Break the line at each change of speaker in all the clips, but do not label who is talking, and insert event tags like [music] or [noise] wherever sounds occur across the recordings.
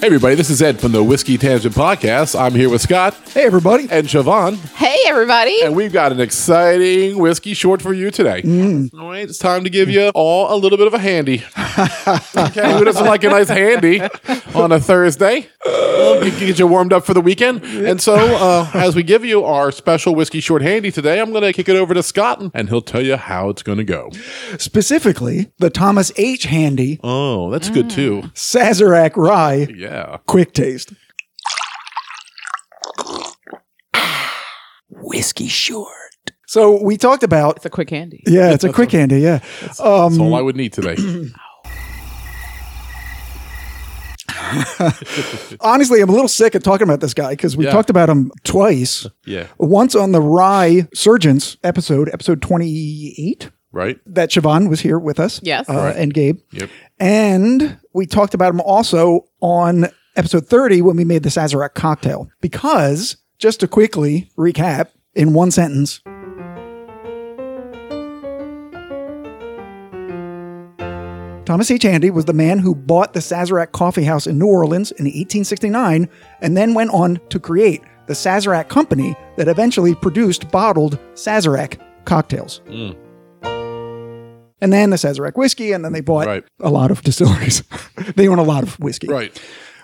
Hey, everybody, this is Ed from the Whiskey Tangent Podcast. I'm here with Scott
Hey, everybody.
and Siobhan,
Hey, everybody.
and we've got an exciting whiskey short for you today.
Mm.
All right, it's time to give you all a little bit of a handy. okay, who doesn't like a nice handy on a Thursday? Well, You can get you warmed up for the weekend. And so, uh, as we give you our special whiskey short handy today, I'm going to kick it over to Scott, and he'll tell you how it's going to go.
Specifically, the Thomas H. Handy
Oh, that's good too.
Mm.
Sazerac Rye
Yeah.
Quick Taste.
Whiskey Short.
So we talked about,
It's a quick handy.
yeah, it's a quick handy, yeah. Um,
That's all I would need
[clears throat]
today.
Honestly, I'm a little sick of talking about this guy because we
Yeah.
talked about him twice.
Yeah.
Once on the Rye Surgeons episode, episode 28,
Right?
that Siobhan was here with us.
Yes.
uh, And Gabe.
Yep.
And we talked about him also on episode 30 when we made the Sazerac cocktail. Because, just to quickly recap in one sentence, Thomas H. Handy was the man who bought the Sazerac Coffee House in New Orleans in 1869 and then went on to create the Sazerac Company that eventually produced bottled Sazerac cocktails. And then the Sazerac whiskey, and then they bought
Right.
a lot of distilleries. [laughs] they own a lot of whiskey,
Right.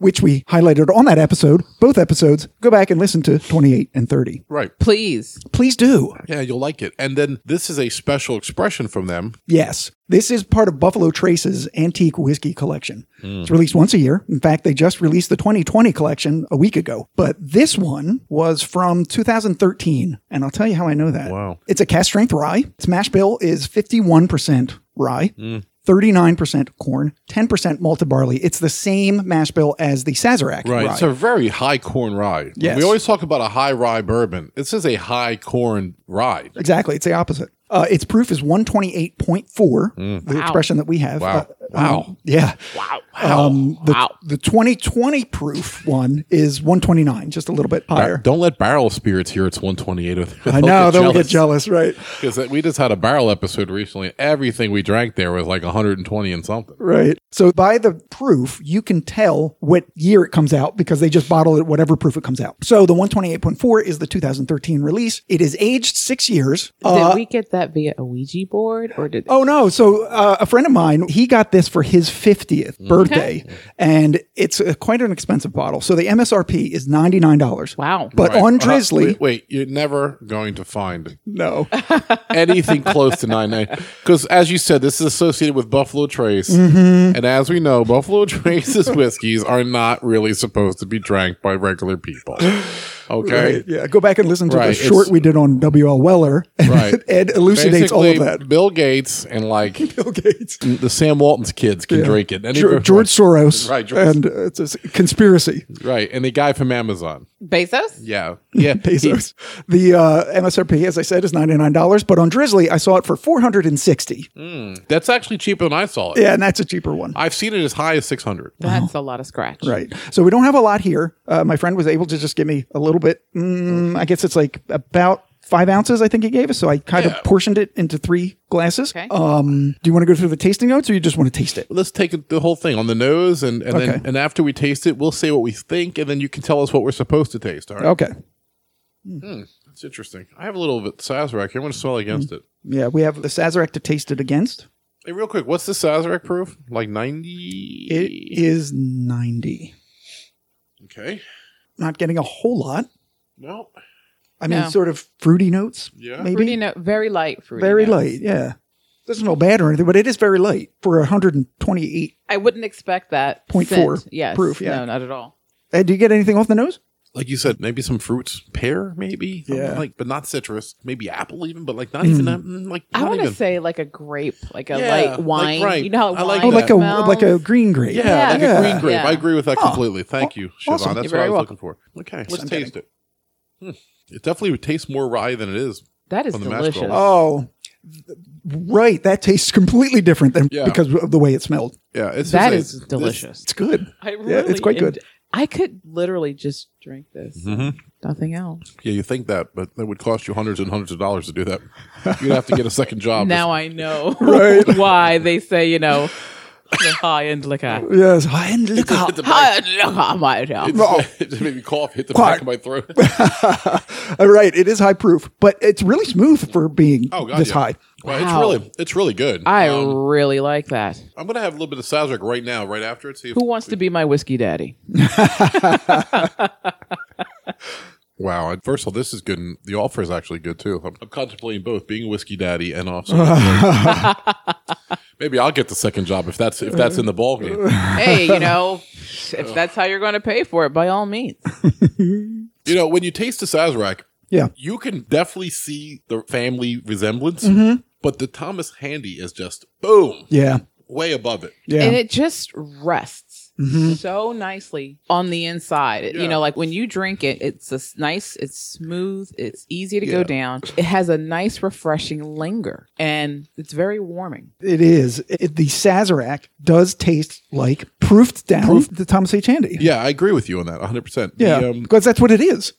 which we highlighted on that episode, both episodes. Go back and listen to 28 and 30.
Right.
Please.
Please do.
Yeah, you'll like it. And then this is a special expression from them.
Yes. This is part of Buffalo Trace's antique whiskey collection.
Hmm.
It's released once a year. In fact, they just released the 2020 collection a week ago. But this one was from 2013. And I'll tell you how I know that.
Wow.
It's a cast strength rye. Its mash bill is 51% rye.
Hmm.
39% corn, 10% malted barley. It's the same mash bill as the Sazerac.
Right.
rye.
It's a very high corn rye.
Yes.
We always talk about a high rye bourbon. This is a high corn rye.
Exactly. It's the opposite. Uh, its proof is 128.4, the expression that we have.
Hmm. Wow.
Uh,
Wow.
um, yeah.
Wow.
Um, the,
Wow.
the 2020 proof one is 129, just a little bit higher.
Don't let barrel spirits hear it's 128. or they'll
I know,
get
they'll get jealous, right?
Because we just had a barrel episode recently. Everything we drank there was like 120 and something.
Right. So by the proof, you can tell what year it comes out because they just bottle it whatever proof it comes out. So the 128.4 is the 2013 release. It is aged six years. Uh,
did we get that via a Ouija board or did
Oh no! So uh, a friend of mine, he got this for his fiftieth birthday, and it's uh quite an expensive bottle. So the MSRP is ninety nine dollars.
Wow.
But
Right.
on
Uh,
Drizzly,
wait, wait, you're never going to find
no.
anything close to 99 because as you said this is associated with buffalo trace
Mm-hmm.
and as we know buffalo trace's [laughs] whiskeys are not really supposed to be drank by regular people okay
Right, yeah, go back and listen to
Right,
the
it's-
short we did on W.L. Weller. [laughs] and
Right.
Ed elucidates all of
Basically,
that. [laughs]
bill gates and like
Bill Gates,
the sam walton's kids can drink it and
George, George Soros,
Right, George-
and uh, it's a s- conspiracy.
right and the guy from amazon
Bezos?
[laughs]
yeah yeah
Bezos. the uh, MSRP, as I said, is ninety nine dollars. But on Drizzly, I saw it for four hundred and sixty.
He- that's actually cheaper than i saw it
Yeah, and that's a cheaper one.
i've seen it as high as 600
That's a lot of scratch.
Right. So we don't have a lot here. Uh, my friend was able to just give me a little bit. Mm, I guess it's like about five ounces, I think he gave us. So I kind
Yeah.
of portioned it into three glasses.
Okay.
Um, do you want to go through the tasting notes or you just want to taste it?
let's take it- the whole thing on the nose and, and
Okay.
then and after we taste it we'll say what we think and then you can tell us what we're supposed to taste all right
Okay. Hmm.
It's interesting. I have a little bit Sazerac here. I'm going to swell against it.
Yeah, we have the Sazerac to taste it against.
Hey, real quick, what's the Sazerac proof? Like 90?
It is 90.
okay.
Not getting a whole lot.
Well,
I mean,
No.
sort of fruity notes.
Yeah.
Maybe.
Fruity note, very light fruity.
very
note.
light. Yeah. Doesn't smell bad or anything, but it is very light for 128.
I wouldn't expect that.
Point
scent.
four
Yes.
proof, yeah.
No, not at all.
Uh, do you get anything off the nose?
like you said, maybe some fruits, pear, maybe.
Yeah. Hmm.
Something Like, but not citrus. Maybe apple, even. But like not even that. mm, Like
I
not
want to
even-
say like a grape, like a
Yeah, like
light wine.
right.
You know how
I like
wine
that.
Oh, like a
smells?
like a green grape.
Yeah,
Yeah.
like a
Yeah.
green grape.
Yeah.
I agree with that
Huh.
completely. Thank you, Siobhan.
awesome.
That's what
You're
I
very
was looking for. Okay, let's
I'm getting-
taste it. Hmm. It definitely tastes more rye than it is.
That is
on the mash bill.
delicious.
Oh, right. That tastes completely different than
Yeah.
because of the way it smelled.
Yeah, it's
that
just a-
is delicious.
It's good.
I
yeah, it's quite good.
en- I could literally just drink this.
Mhm.
Nothing else.
Yeah, you think that, but that would cost you hundreds and hundreds of dollars to do
[laughs]
that. You'd have to get a second job. [laughs]
now I know [laughs]
Right.
why they say, you know, high end liquor.
Yes, and look
Hit [laughs]
out.
the
High
mic.
end liquor, my dear.
[laughs] it just made me cough. Hit the
Oh. Quiet.
back of my
[laughs]
throat.
All right, it is high proof, but it's really smooth for being
Oh god,
this
yeah.
high.
Well,
Wow.
It's really, it's really good.
I
Um,
really like that.
I'm gonna have a little bit of Sazerac right now, right after it. See if,
Who wants to be my
[laughs]
whiskey daddy?
wow. I- First of all, this is good, and the offer is actually good too. I'm, I'm contemplating both being a whiskey daddy and also.
[laughs]
Maybe I'll get the second job if that's if that's in the ball game.
hey, you know, if that's how you're going to pay for it, by all means.
You know, when you taste the Sazerac,
Yeah.
you can definitely see the family resemblance,
Mm-hmm.
but the Thomas Handy is just boom,
Yeah.
way above it.
Yeah.
And it just rests so nicely on the inside. It-
Mm-hmm.
You
Yeah.
know, like when you drink it, it's a s- nice, it's smooth, it's easy to
Yeah.
go down. It has a nice, refreshing linger, and it's very warming.
it is. It, the Sazerac does taste like proofed down the Thomas H. Handy.
Yeah, I agree with you on that 100%.
Yeah,
The, um,
because that's what it is.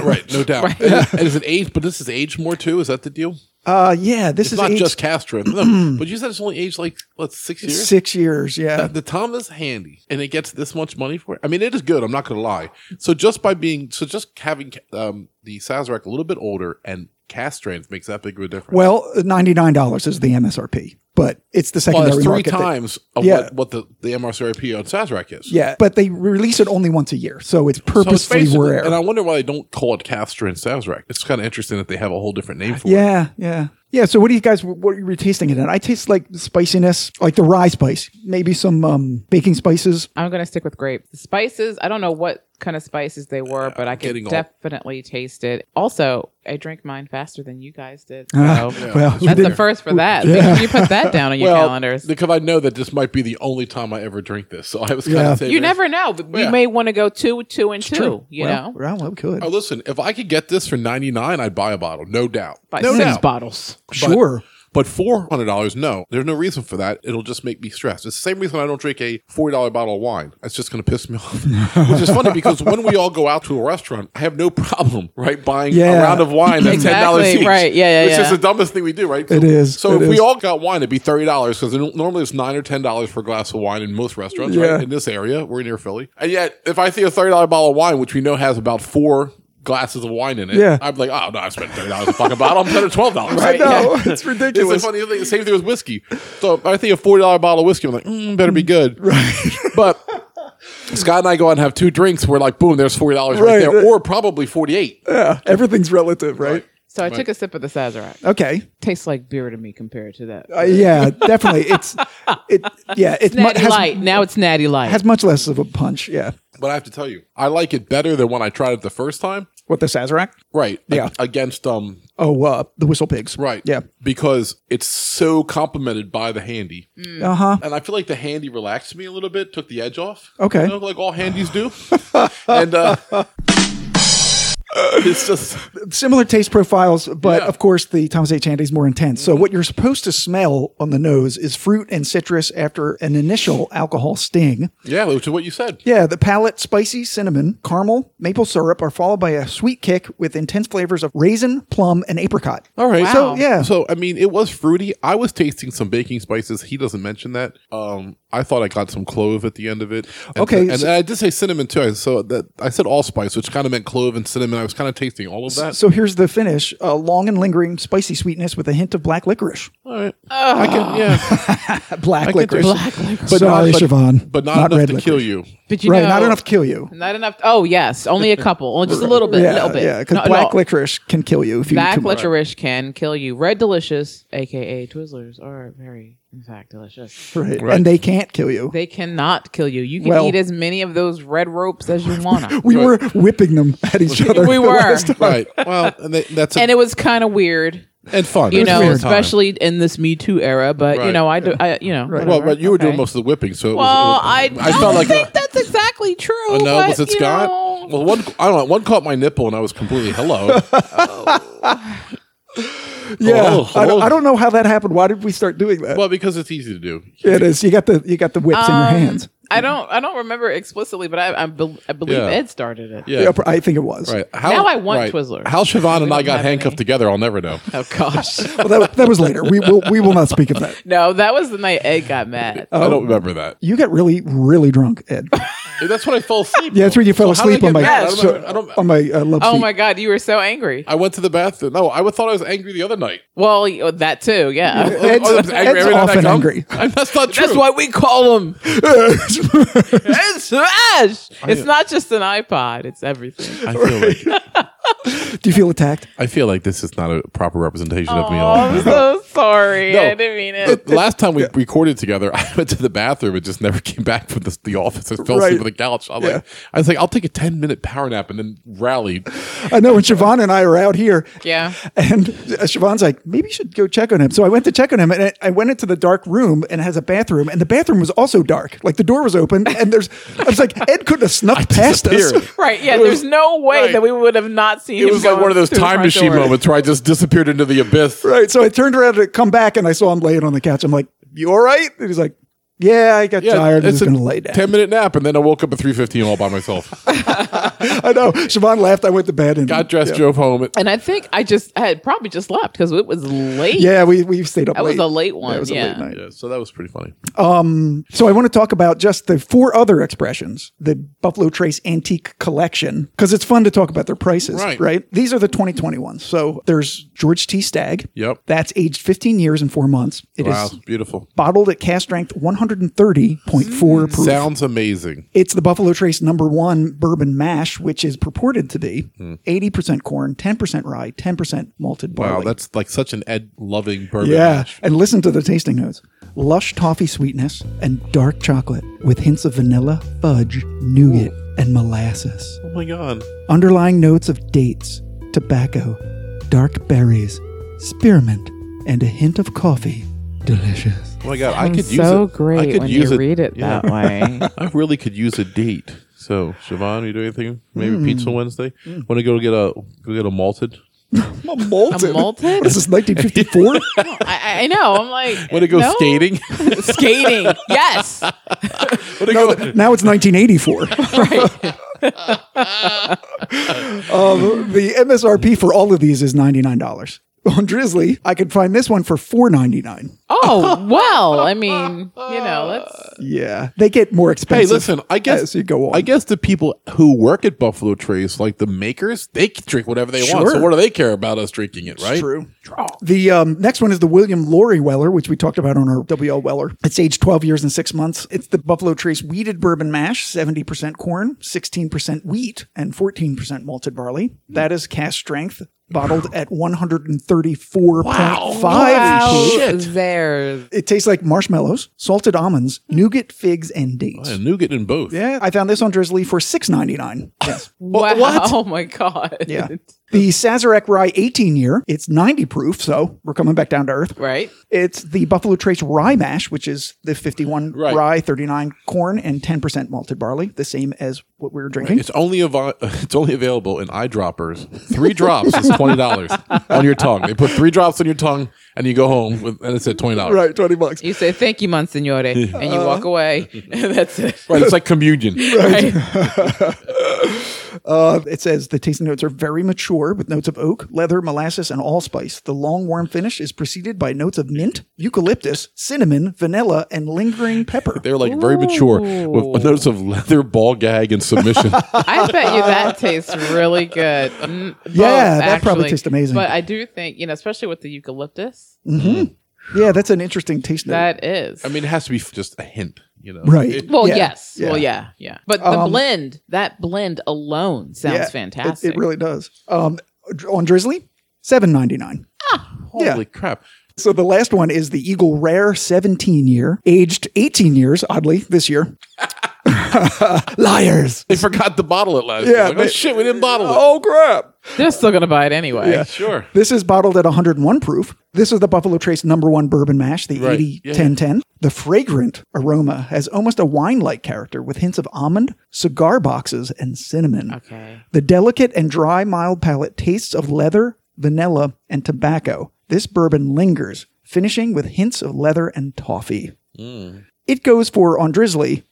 right, no doubt.
[laughs]
And is it aged, but this is aged more too? Is that the deal?
Uh, yeah, this
It's
is
not
aged
just
[clears throat]
Castro. No, but you said it's only aged like, what, six years?
six years. Yeah,
The Thomas Handy, and it gets this much money for it. I mean, it is good. I'm not going to lie. So just by being, so just having um, the Sazerac a little bit older and cast strength makes that big of a difference.
Well, ninety nine dollars is the MSRP, but it's the
Well,
secondary
it's three
market. that-
times of
Yeah.
what, what the, the MSRP on Sazerac is.
yeah, but they release it only once a year, so it's
So it's
purposefully
basically-
rare.
And I wonder why they don't call it Castor and Sazerac. It's kind of interesting that they have a whole different name for it.
yeah, yeah, yeah. So, what do you guys? What are you tasting it in? I taste like spiciness, like the rye spice, maybe some um, baking spices.
I'm going to stick with grape. The spices, I don't know what kind of spices they were, but I can
getting all-
definitely taste it. Also, I drank mine faster than you
[laughs]
guys did.
Oh,
So.
Well, we
That's the
did,
first for that. You put that down on your calendars.
because I know that this might be the only time I ever drink this, so I was kind
Yeah.
of saying,
You never know. But
Yeah.
You may want to go two, two, and two. You
well,
know,
well, well, good.
Oh, listen, if I could get this for ninety nine, I'd buy a bottle, no doubt.
buy
no
six
doubt.
bottles.
sure.
But four hundred dollars, no, there's no reason for that. It'll just make me stressed. It's the same reason I don't drink a forty dollar bottle of wine. That's just going to piss me
[laughs]
off. Which is funny because when we all go out to a restaurant, I have no problem right buying
Yeah.
a round of wine that's ten dollars
Exactly,
each.
right. Yeah, yeah,
It's just
yeah.
the dumbest thing we do, right?
It is.
So
It
if we
is.
all got wine, it'd be thirty dollars because normally it's nine or ten dollars for a glass of wine in most restaurants,
Yeah.
right? In this area, we're near Philly, and yet if I see a thirty dollar bottle of wine, which we know has about four. Glasses of wine in it.
Yeah.
I'm like, oh no, I spent thirty dollars a fucking bottle. I'm spending twelve dollars.
I know it's ridiculous.
[laughs] It's a funny thing. Same thing with whiskey. So if I think a forty dollar bottle of whiskey. I'm like, mm, better be good.
[laughs]
Right. But Scott and I go out and have two drinks. We're like, boom, there's forty dollars right,
Right.
there, or probably forty eight.
yeah, everything's relative, right?
So I took a sip of the Sazerac.
Okay.
Tastes like beer to me compared to that.
Uh, yeah, definitely. It's it. Yeah, it's mu-
natty
has,
light. Now it's natty light.
has much less of a punch. Yeah.
But I have to tell you, I like it better than when I tried it the first time.
What the Sazerac?
Right.
Yeah.
A- Against um.
Oh, uh, the Whistle Pigs.
Right.
Yeah.
Because it's so complimented by the handy,
Uh huh.
and I feel like the handy relaxed me a little bit, took the edge off.
Okay.
You know, like all handies do. [laughs] and
[laughs]
uh, it's just
Similar taste profiles, but
Yeah.
of course the Thomas H. Handy is more intense. So what you're supposed to smell on the nose is fruit and citrus after an initial alcohol sting.
yeah, which is what you said.
Yeah, the palate, spicy cinnamon, caramel, maple syrup are followed by a sweet kick with intense flavors of raisin, plum, and apricot.
All right.
Wow.
So yeah,
So I mean, it was fruity. I was tasting some baking spices. He doesn't mention that. Um, I thought I got some clove at the end of it. And
Okay,
and
so-
I did say cinnamon too. So that I said allspice, which kind of meant clove and cinnamon. I was kind of tasting all of that.
so here's the finish: a long and lingering spicy sweetness with a hint of black licorice.
All right, I can, yeah, I
Black
can taste-
licorice.
[laughs] Black licorice.
But
Sorry,
not, but,
Siobhan,
but not,
not
enough
red
to
licorice.
kill you.
but you
right,
know,
not enough to kill you.
Not enough. Oh yes, only a couple. Only just a little bit.
yeah,
little bit.
Yeah, because
No,
black
no.
licorice can kill you if you eat
Black
too much.
licorice can kill you. Red delicious, aka Twizzlers, are very, in fact, delicious.
Right.
Right.
And they can't kill you.
They cannot kill you. You can
Well-
eat as many of those red ropes as you want.
[laughs] we
Right.
were whipping them at each other.
we
the
were,
last time.
[laughs] Right. Well, and they, that's a, and,
and it was kind of weird.
fun.
you
It's
know,
fun time.
especially in this Me Too era. But you
Right.
know, I, do, I you know,
Right.
Well,
whatever.
but you were doing
Okay.
most of the whipping, so it was-
Well, I
it
don't
was, felt like
think that's exactly true.
Oh, no,
but,
was it
you
Scott?
know.
Well, one I don't know. One caught my nipple, and I was completely hello.
[laughs]
[laughs]
Yeah.
Hello,
I, don't,
hello.
I don't know how that happened. Why did we start doing that?
well, because it's easy to do.
Um,
it is. You got the you got the whips in your hands.
I don't. I don't remember explicitly, but I I, bel I believe
Yeah.
Ed started it.
Yeah.
Yeah, pr- I think it was.
Right. How,
Now I want
right.
Twizzlers.
How Siobhan
[laughs]
and I
don't
got
have any.
handcuffed together, I'll never know.
Oh gosh. [laughs]
Well, that, that was later. We will we will not speak of that.
no, that was the night Ed got mad.
[laughs]
I don't remember that.
You got really really drunk, Ed.
That's when I fell asleep.
Yeah, that's when you fell
So how did
asleep
I
on
get
my
mad? I don't
so-
remember- I don't-
on my uh, love
Oh
seat.
my god, you were so angry.
I went to the bathroom. No, I thought I was angry the other night.
Well, y- oh, that too. Yeah.
Oh,
Ed's-
I was
Ed's
every night I
often
come? [laughs]
angry.
I- that's not true.
[laughs] That's why we
[laughs]
call [laughs] him Ed Smash. It's not just an iPod.
[laughs]
It's everything.
I feel, like,
Do you feel attacked?
I feel like this is not a proper representation of me.
Oh,
All the
I'm
time.
so sorry.
No.
I didn't mean it.
But Last time we recorded together, [laughs] I went to the bathroom and just never came back from the, the office. I fell
Right.
asleep on the couch. I'm
Yeah.
like, I was like, I'll take a 10 minute power nap and then rally.
I know when Siobhan and I are out here.
Yeah.
And uh, Siobhan's like, maybe you should go check on him. So I went to check on him and I- I went into the dark room and it has a bathroom. And the bathroom was also dark. Like the door was
[laughs]
open and there's, I was like, Ed couldn't have snuck past us.
disappeared.
Right. Yeah. There's no way
right.
that we would have not seen.
It was like one of those time machine moments where I just disappeared into the abyss.
[laughs] Right. So I turned around to come back and I saw him laying on the couch. I'm like, you all right? And he's like, yeah, I got tired. I'm just going to lay down.
10 minute nap and then I woke up at 3.15 all by [laughs] myself.
[laughs] I know. Siobhan laughed. I went to bed and
Got dressed, drove home. It,
And I think I just I had probably just left because it was late.
Yeah, we, we stayed up
That
late.
was a late one.
That was a
yeah.
late night.
yeah, so that was pretty funny.
So I want to talk about just the four other expressions, the Buffalo Trace Antique Collection, because it's fun to talk about their prices,
Right.
right. These are the 2020 ones. So there's George T. Stagg.
Yep.
That's aged 15 years and four months. It is
Wow, beautiful.
bottled at cast strength
Mm.
130.4 proof.
Sounds amazing.
It's the Buffalo Trace number one bourbon mash, which is purported to be
Hmm.
80% corn, 10% rye, 10% malted barley.
Wow, that's like such an Ed loving bourbon.
Yeah,
mash.
and listen to the tasting notes: lush toffee sweetness and dark chocolate with hints of vanilla, fudge, nougat, and molasses.
Oh my God.
Underlying notes of dates, tobacco, dark berries, spearmint, and a hint of coffee. Delicious.
Oh my God. I could
so
use it.
great
I could
when
use
you
it.
read it
Yeah. [laughs]
that way.
I really could use a date. So, Siobhan, you do anything? Maybe
Hmm.
pizza Wednesday? Want to go get a go get a malted?
A malted.
A malted?
What is this 1954?
I, I know. I'm
[laughs]
like,
Want to go
Uh, no?
skating?
[laughs] Skating, yes.
Wanna
no,
go-
now it's 1984.
Right.
[laughs] Um, the MSRP for all of these is $99. On Drizzly, I could find this one for $4.99.
Oh well. I mean, you know, let's.
Yeah, they get more
Hey,
expensive.
listen. I guess
as you go on.
I guess the people who work at Buffalo Trace, like the makers, they can drink whatever they want. So
Sure.
what do they care about us drinking it, right?
True. The um, next one is the William Laurie Weller, which we talked about on our WL Weller. It's aged 12 years and six months. It's the Buffalo Trace weeded bourbon mash, 70% corn, 16% wheat, and 14% malted barley. That is cast strength, bottled at 134.5.
Wow,
proof.
There's
It tastes like marshmallows, salted almonds, nougat, figs, and dates.
Yeah, nougat in both.
Yeah, I found this on Drizzly for six ninety nine. Yes.
wow.
what?
[laughs] Oh my god. [laughs]
Yeah. The Sazerac Rye 18 year, it's 90 proof, so we're coming back down to earth.
Right.
It's the Buffalo Trace Rye Mash, which is the 51
Right.
rye, 39 corn, and 10% malted barley, the same as what we were drinking.
It's only av- [laughs] it's only available in eyedroppers. Three drops is twenty
[laughs]
dollars on your tongue. They put three drops on your tongue, and you go home, with, and it's at twenty dollars.
Right, 20 bucks.
You say thank you, Monsignore, and you
Uh-huh.
[laughs]
walk away. [laughs] That's it.
Right, it's like
[laughs]
communion.
Right.
Uh, it says the tasting notes are very mature with notes of oak, leather, molasses, and allspice. The long, warm finish is preceded by notes of mint, eucalyptus, cinnamon, vanilla, and lingering pepper.
They're like very mature with a
Ooh.
notice of leather, ball gag, and
[laughs]
submission.
I bet you that tastes really good. Mm, both,
Yeah, that probably tastes amazing.
But I do think, you know, especially with the eucalyptus,
Yeah, that's an interesting taste note.
that is.
I mean, it has to be f- just a hint, you know?
Right.
It-
well,
yeah,
yes.
yeah.
Well, yeah, yeah. But the
Um,
blend, that blend alone sounds
Yeah, it-
fantastic.
It, really does. Um, on Drizzly, seven ninety nine.
holy
yeah.
crap!
So the last one is the Eagle Rare 17 year, aged 18 years, oddly, this year. [laughs] Liars.
They forgot to bottle it last.
Yeah,
Yeah, like, oh
they- Oh,
shit, we didn't bottle it.
crap.
They're still going to buy it anyway.
Yeah.
sure.
This is bottled at 101 proof. This is the Buffalo Trace number one bourbon mash, the
Right.
80
Yeah,
10 10. The fragrant aroma has almost a wine like character with hints of almond, cigar boxes, and cinnamon.
Okay.
The delicate and dry, mild palate tastes of leather, vanilla, and tobacco. This bourbon lingers, finishing with hints of leather and toffee. It goes for on Drizzly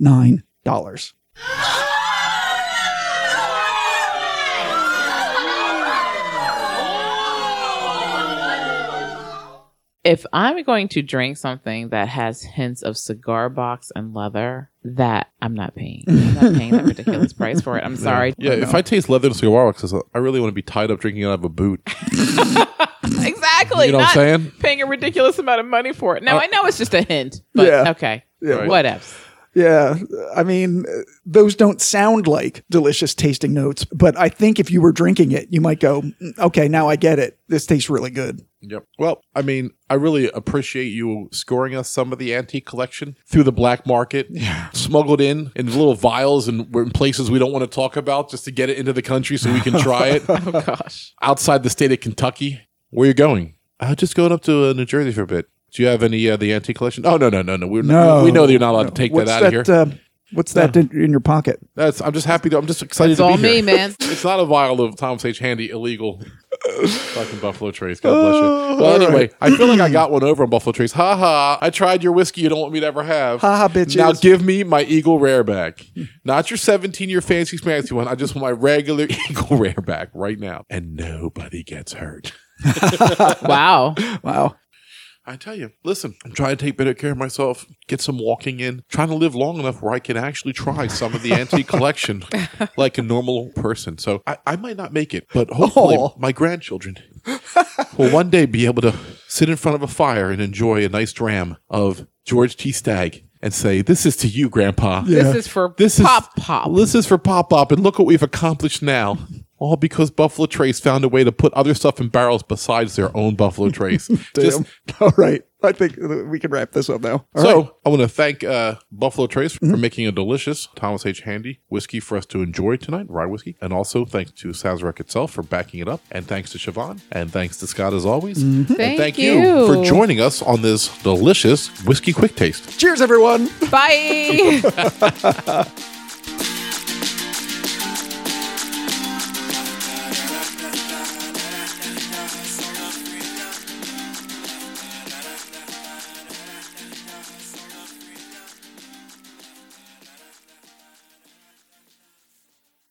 $1,199.
If I'm going to drink something that has hints of cigar box and leather, that I'm not paying. I'm not paying that ridiculous price for it. I'm sorry.
Yeah, if I taste leather and cigar boxes, I really want to be tied up drinking out of a boot.
[laughs] exactly.
You know what I'm
not
saying? Uh,
Paying a ridiculous amount of money for it. Now I know it's just a hint, but
Yeah.
okay.
Yeah.
What else?
Yeah, I mean, uh, those don't sound like delicious tasting notes, but I think if you were drinking it, you might go, "Mm, okay, now I get it. This tastes really good.
Yep. Well, I mean, I really appreciate you scoring us some of the antique collection through the black [laughs] market, smuggled in in little vials and we're in places we don't want to talk about just to get it into the country so we can try [laughs] it
Oh gosh.
outside the state of Kentucky. Where you going? I'm just going up to uh, New Jersey for a bit. Do you have any uh, the antique collection? Oh no no no no. We're
No.
Not, we know that you're not allowed to take
What's
that out of
that?
here.
Uh, what's that in, in your pocket?
That's I'm just happy to I'm just excited
It's
to be
all
here.
me, man.
[laughs] It's not a vial of Thomas H. Handy illegal fucking Buffalo Trace. God bless you. Well, anyway, I feel like I got one over on Buffalo Trace. Ha ha. I tried your whiskey you don't want me to ever have.
Ha ha, bitches.
Now give me my Eagle Rare back. Not your 17 year fancy fancy one. I just want my regular [laughs] Eagle Rare back right now. And nobody gets hurt.
Wow.
Wow.
I tell you, listen, I'm trying to take better care of myself, get some walking in, trying to live long enough where I can actually try some of the antique collection like a normal person. So I, I might not make it, but hopefully
Aw.
my grandchildren will one day be able to sit in front of a fire and enjoy a nice dram of George T. Stagg and say, This is to you, Grandpa.
This is for
This is
pop pop.
This is for pop pop, and look what we've accomplished now. All because Buffalo Trace found a way to put other stuff in barrels besides their own Buffalo Trace. Just
Damn. [laughs] All right. I think uh, we can wrap this up now. All
so I want to thank uh, Buffalo Trace for making a delicious Thomas H. Handy whiskey for us to enjoy tonight, rye whiskey. And also thanks to Sazerac itself for backing it up. And thanks to Siobhan. And thanks to Scott as always. And
Thank
you
you.
for joining us on this delicious whiskey quick taste. [laughs]
Cheers, everyone.
Bye.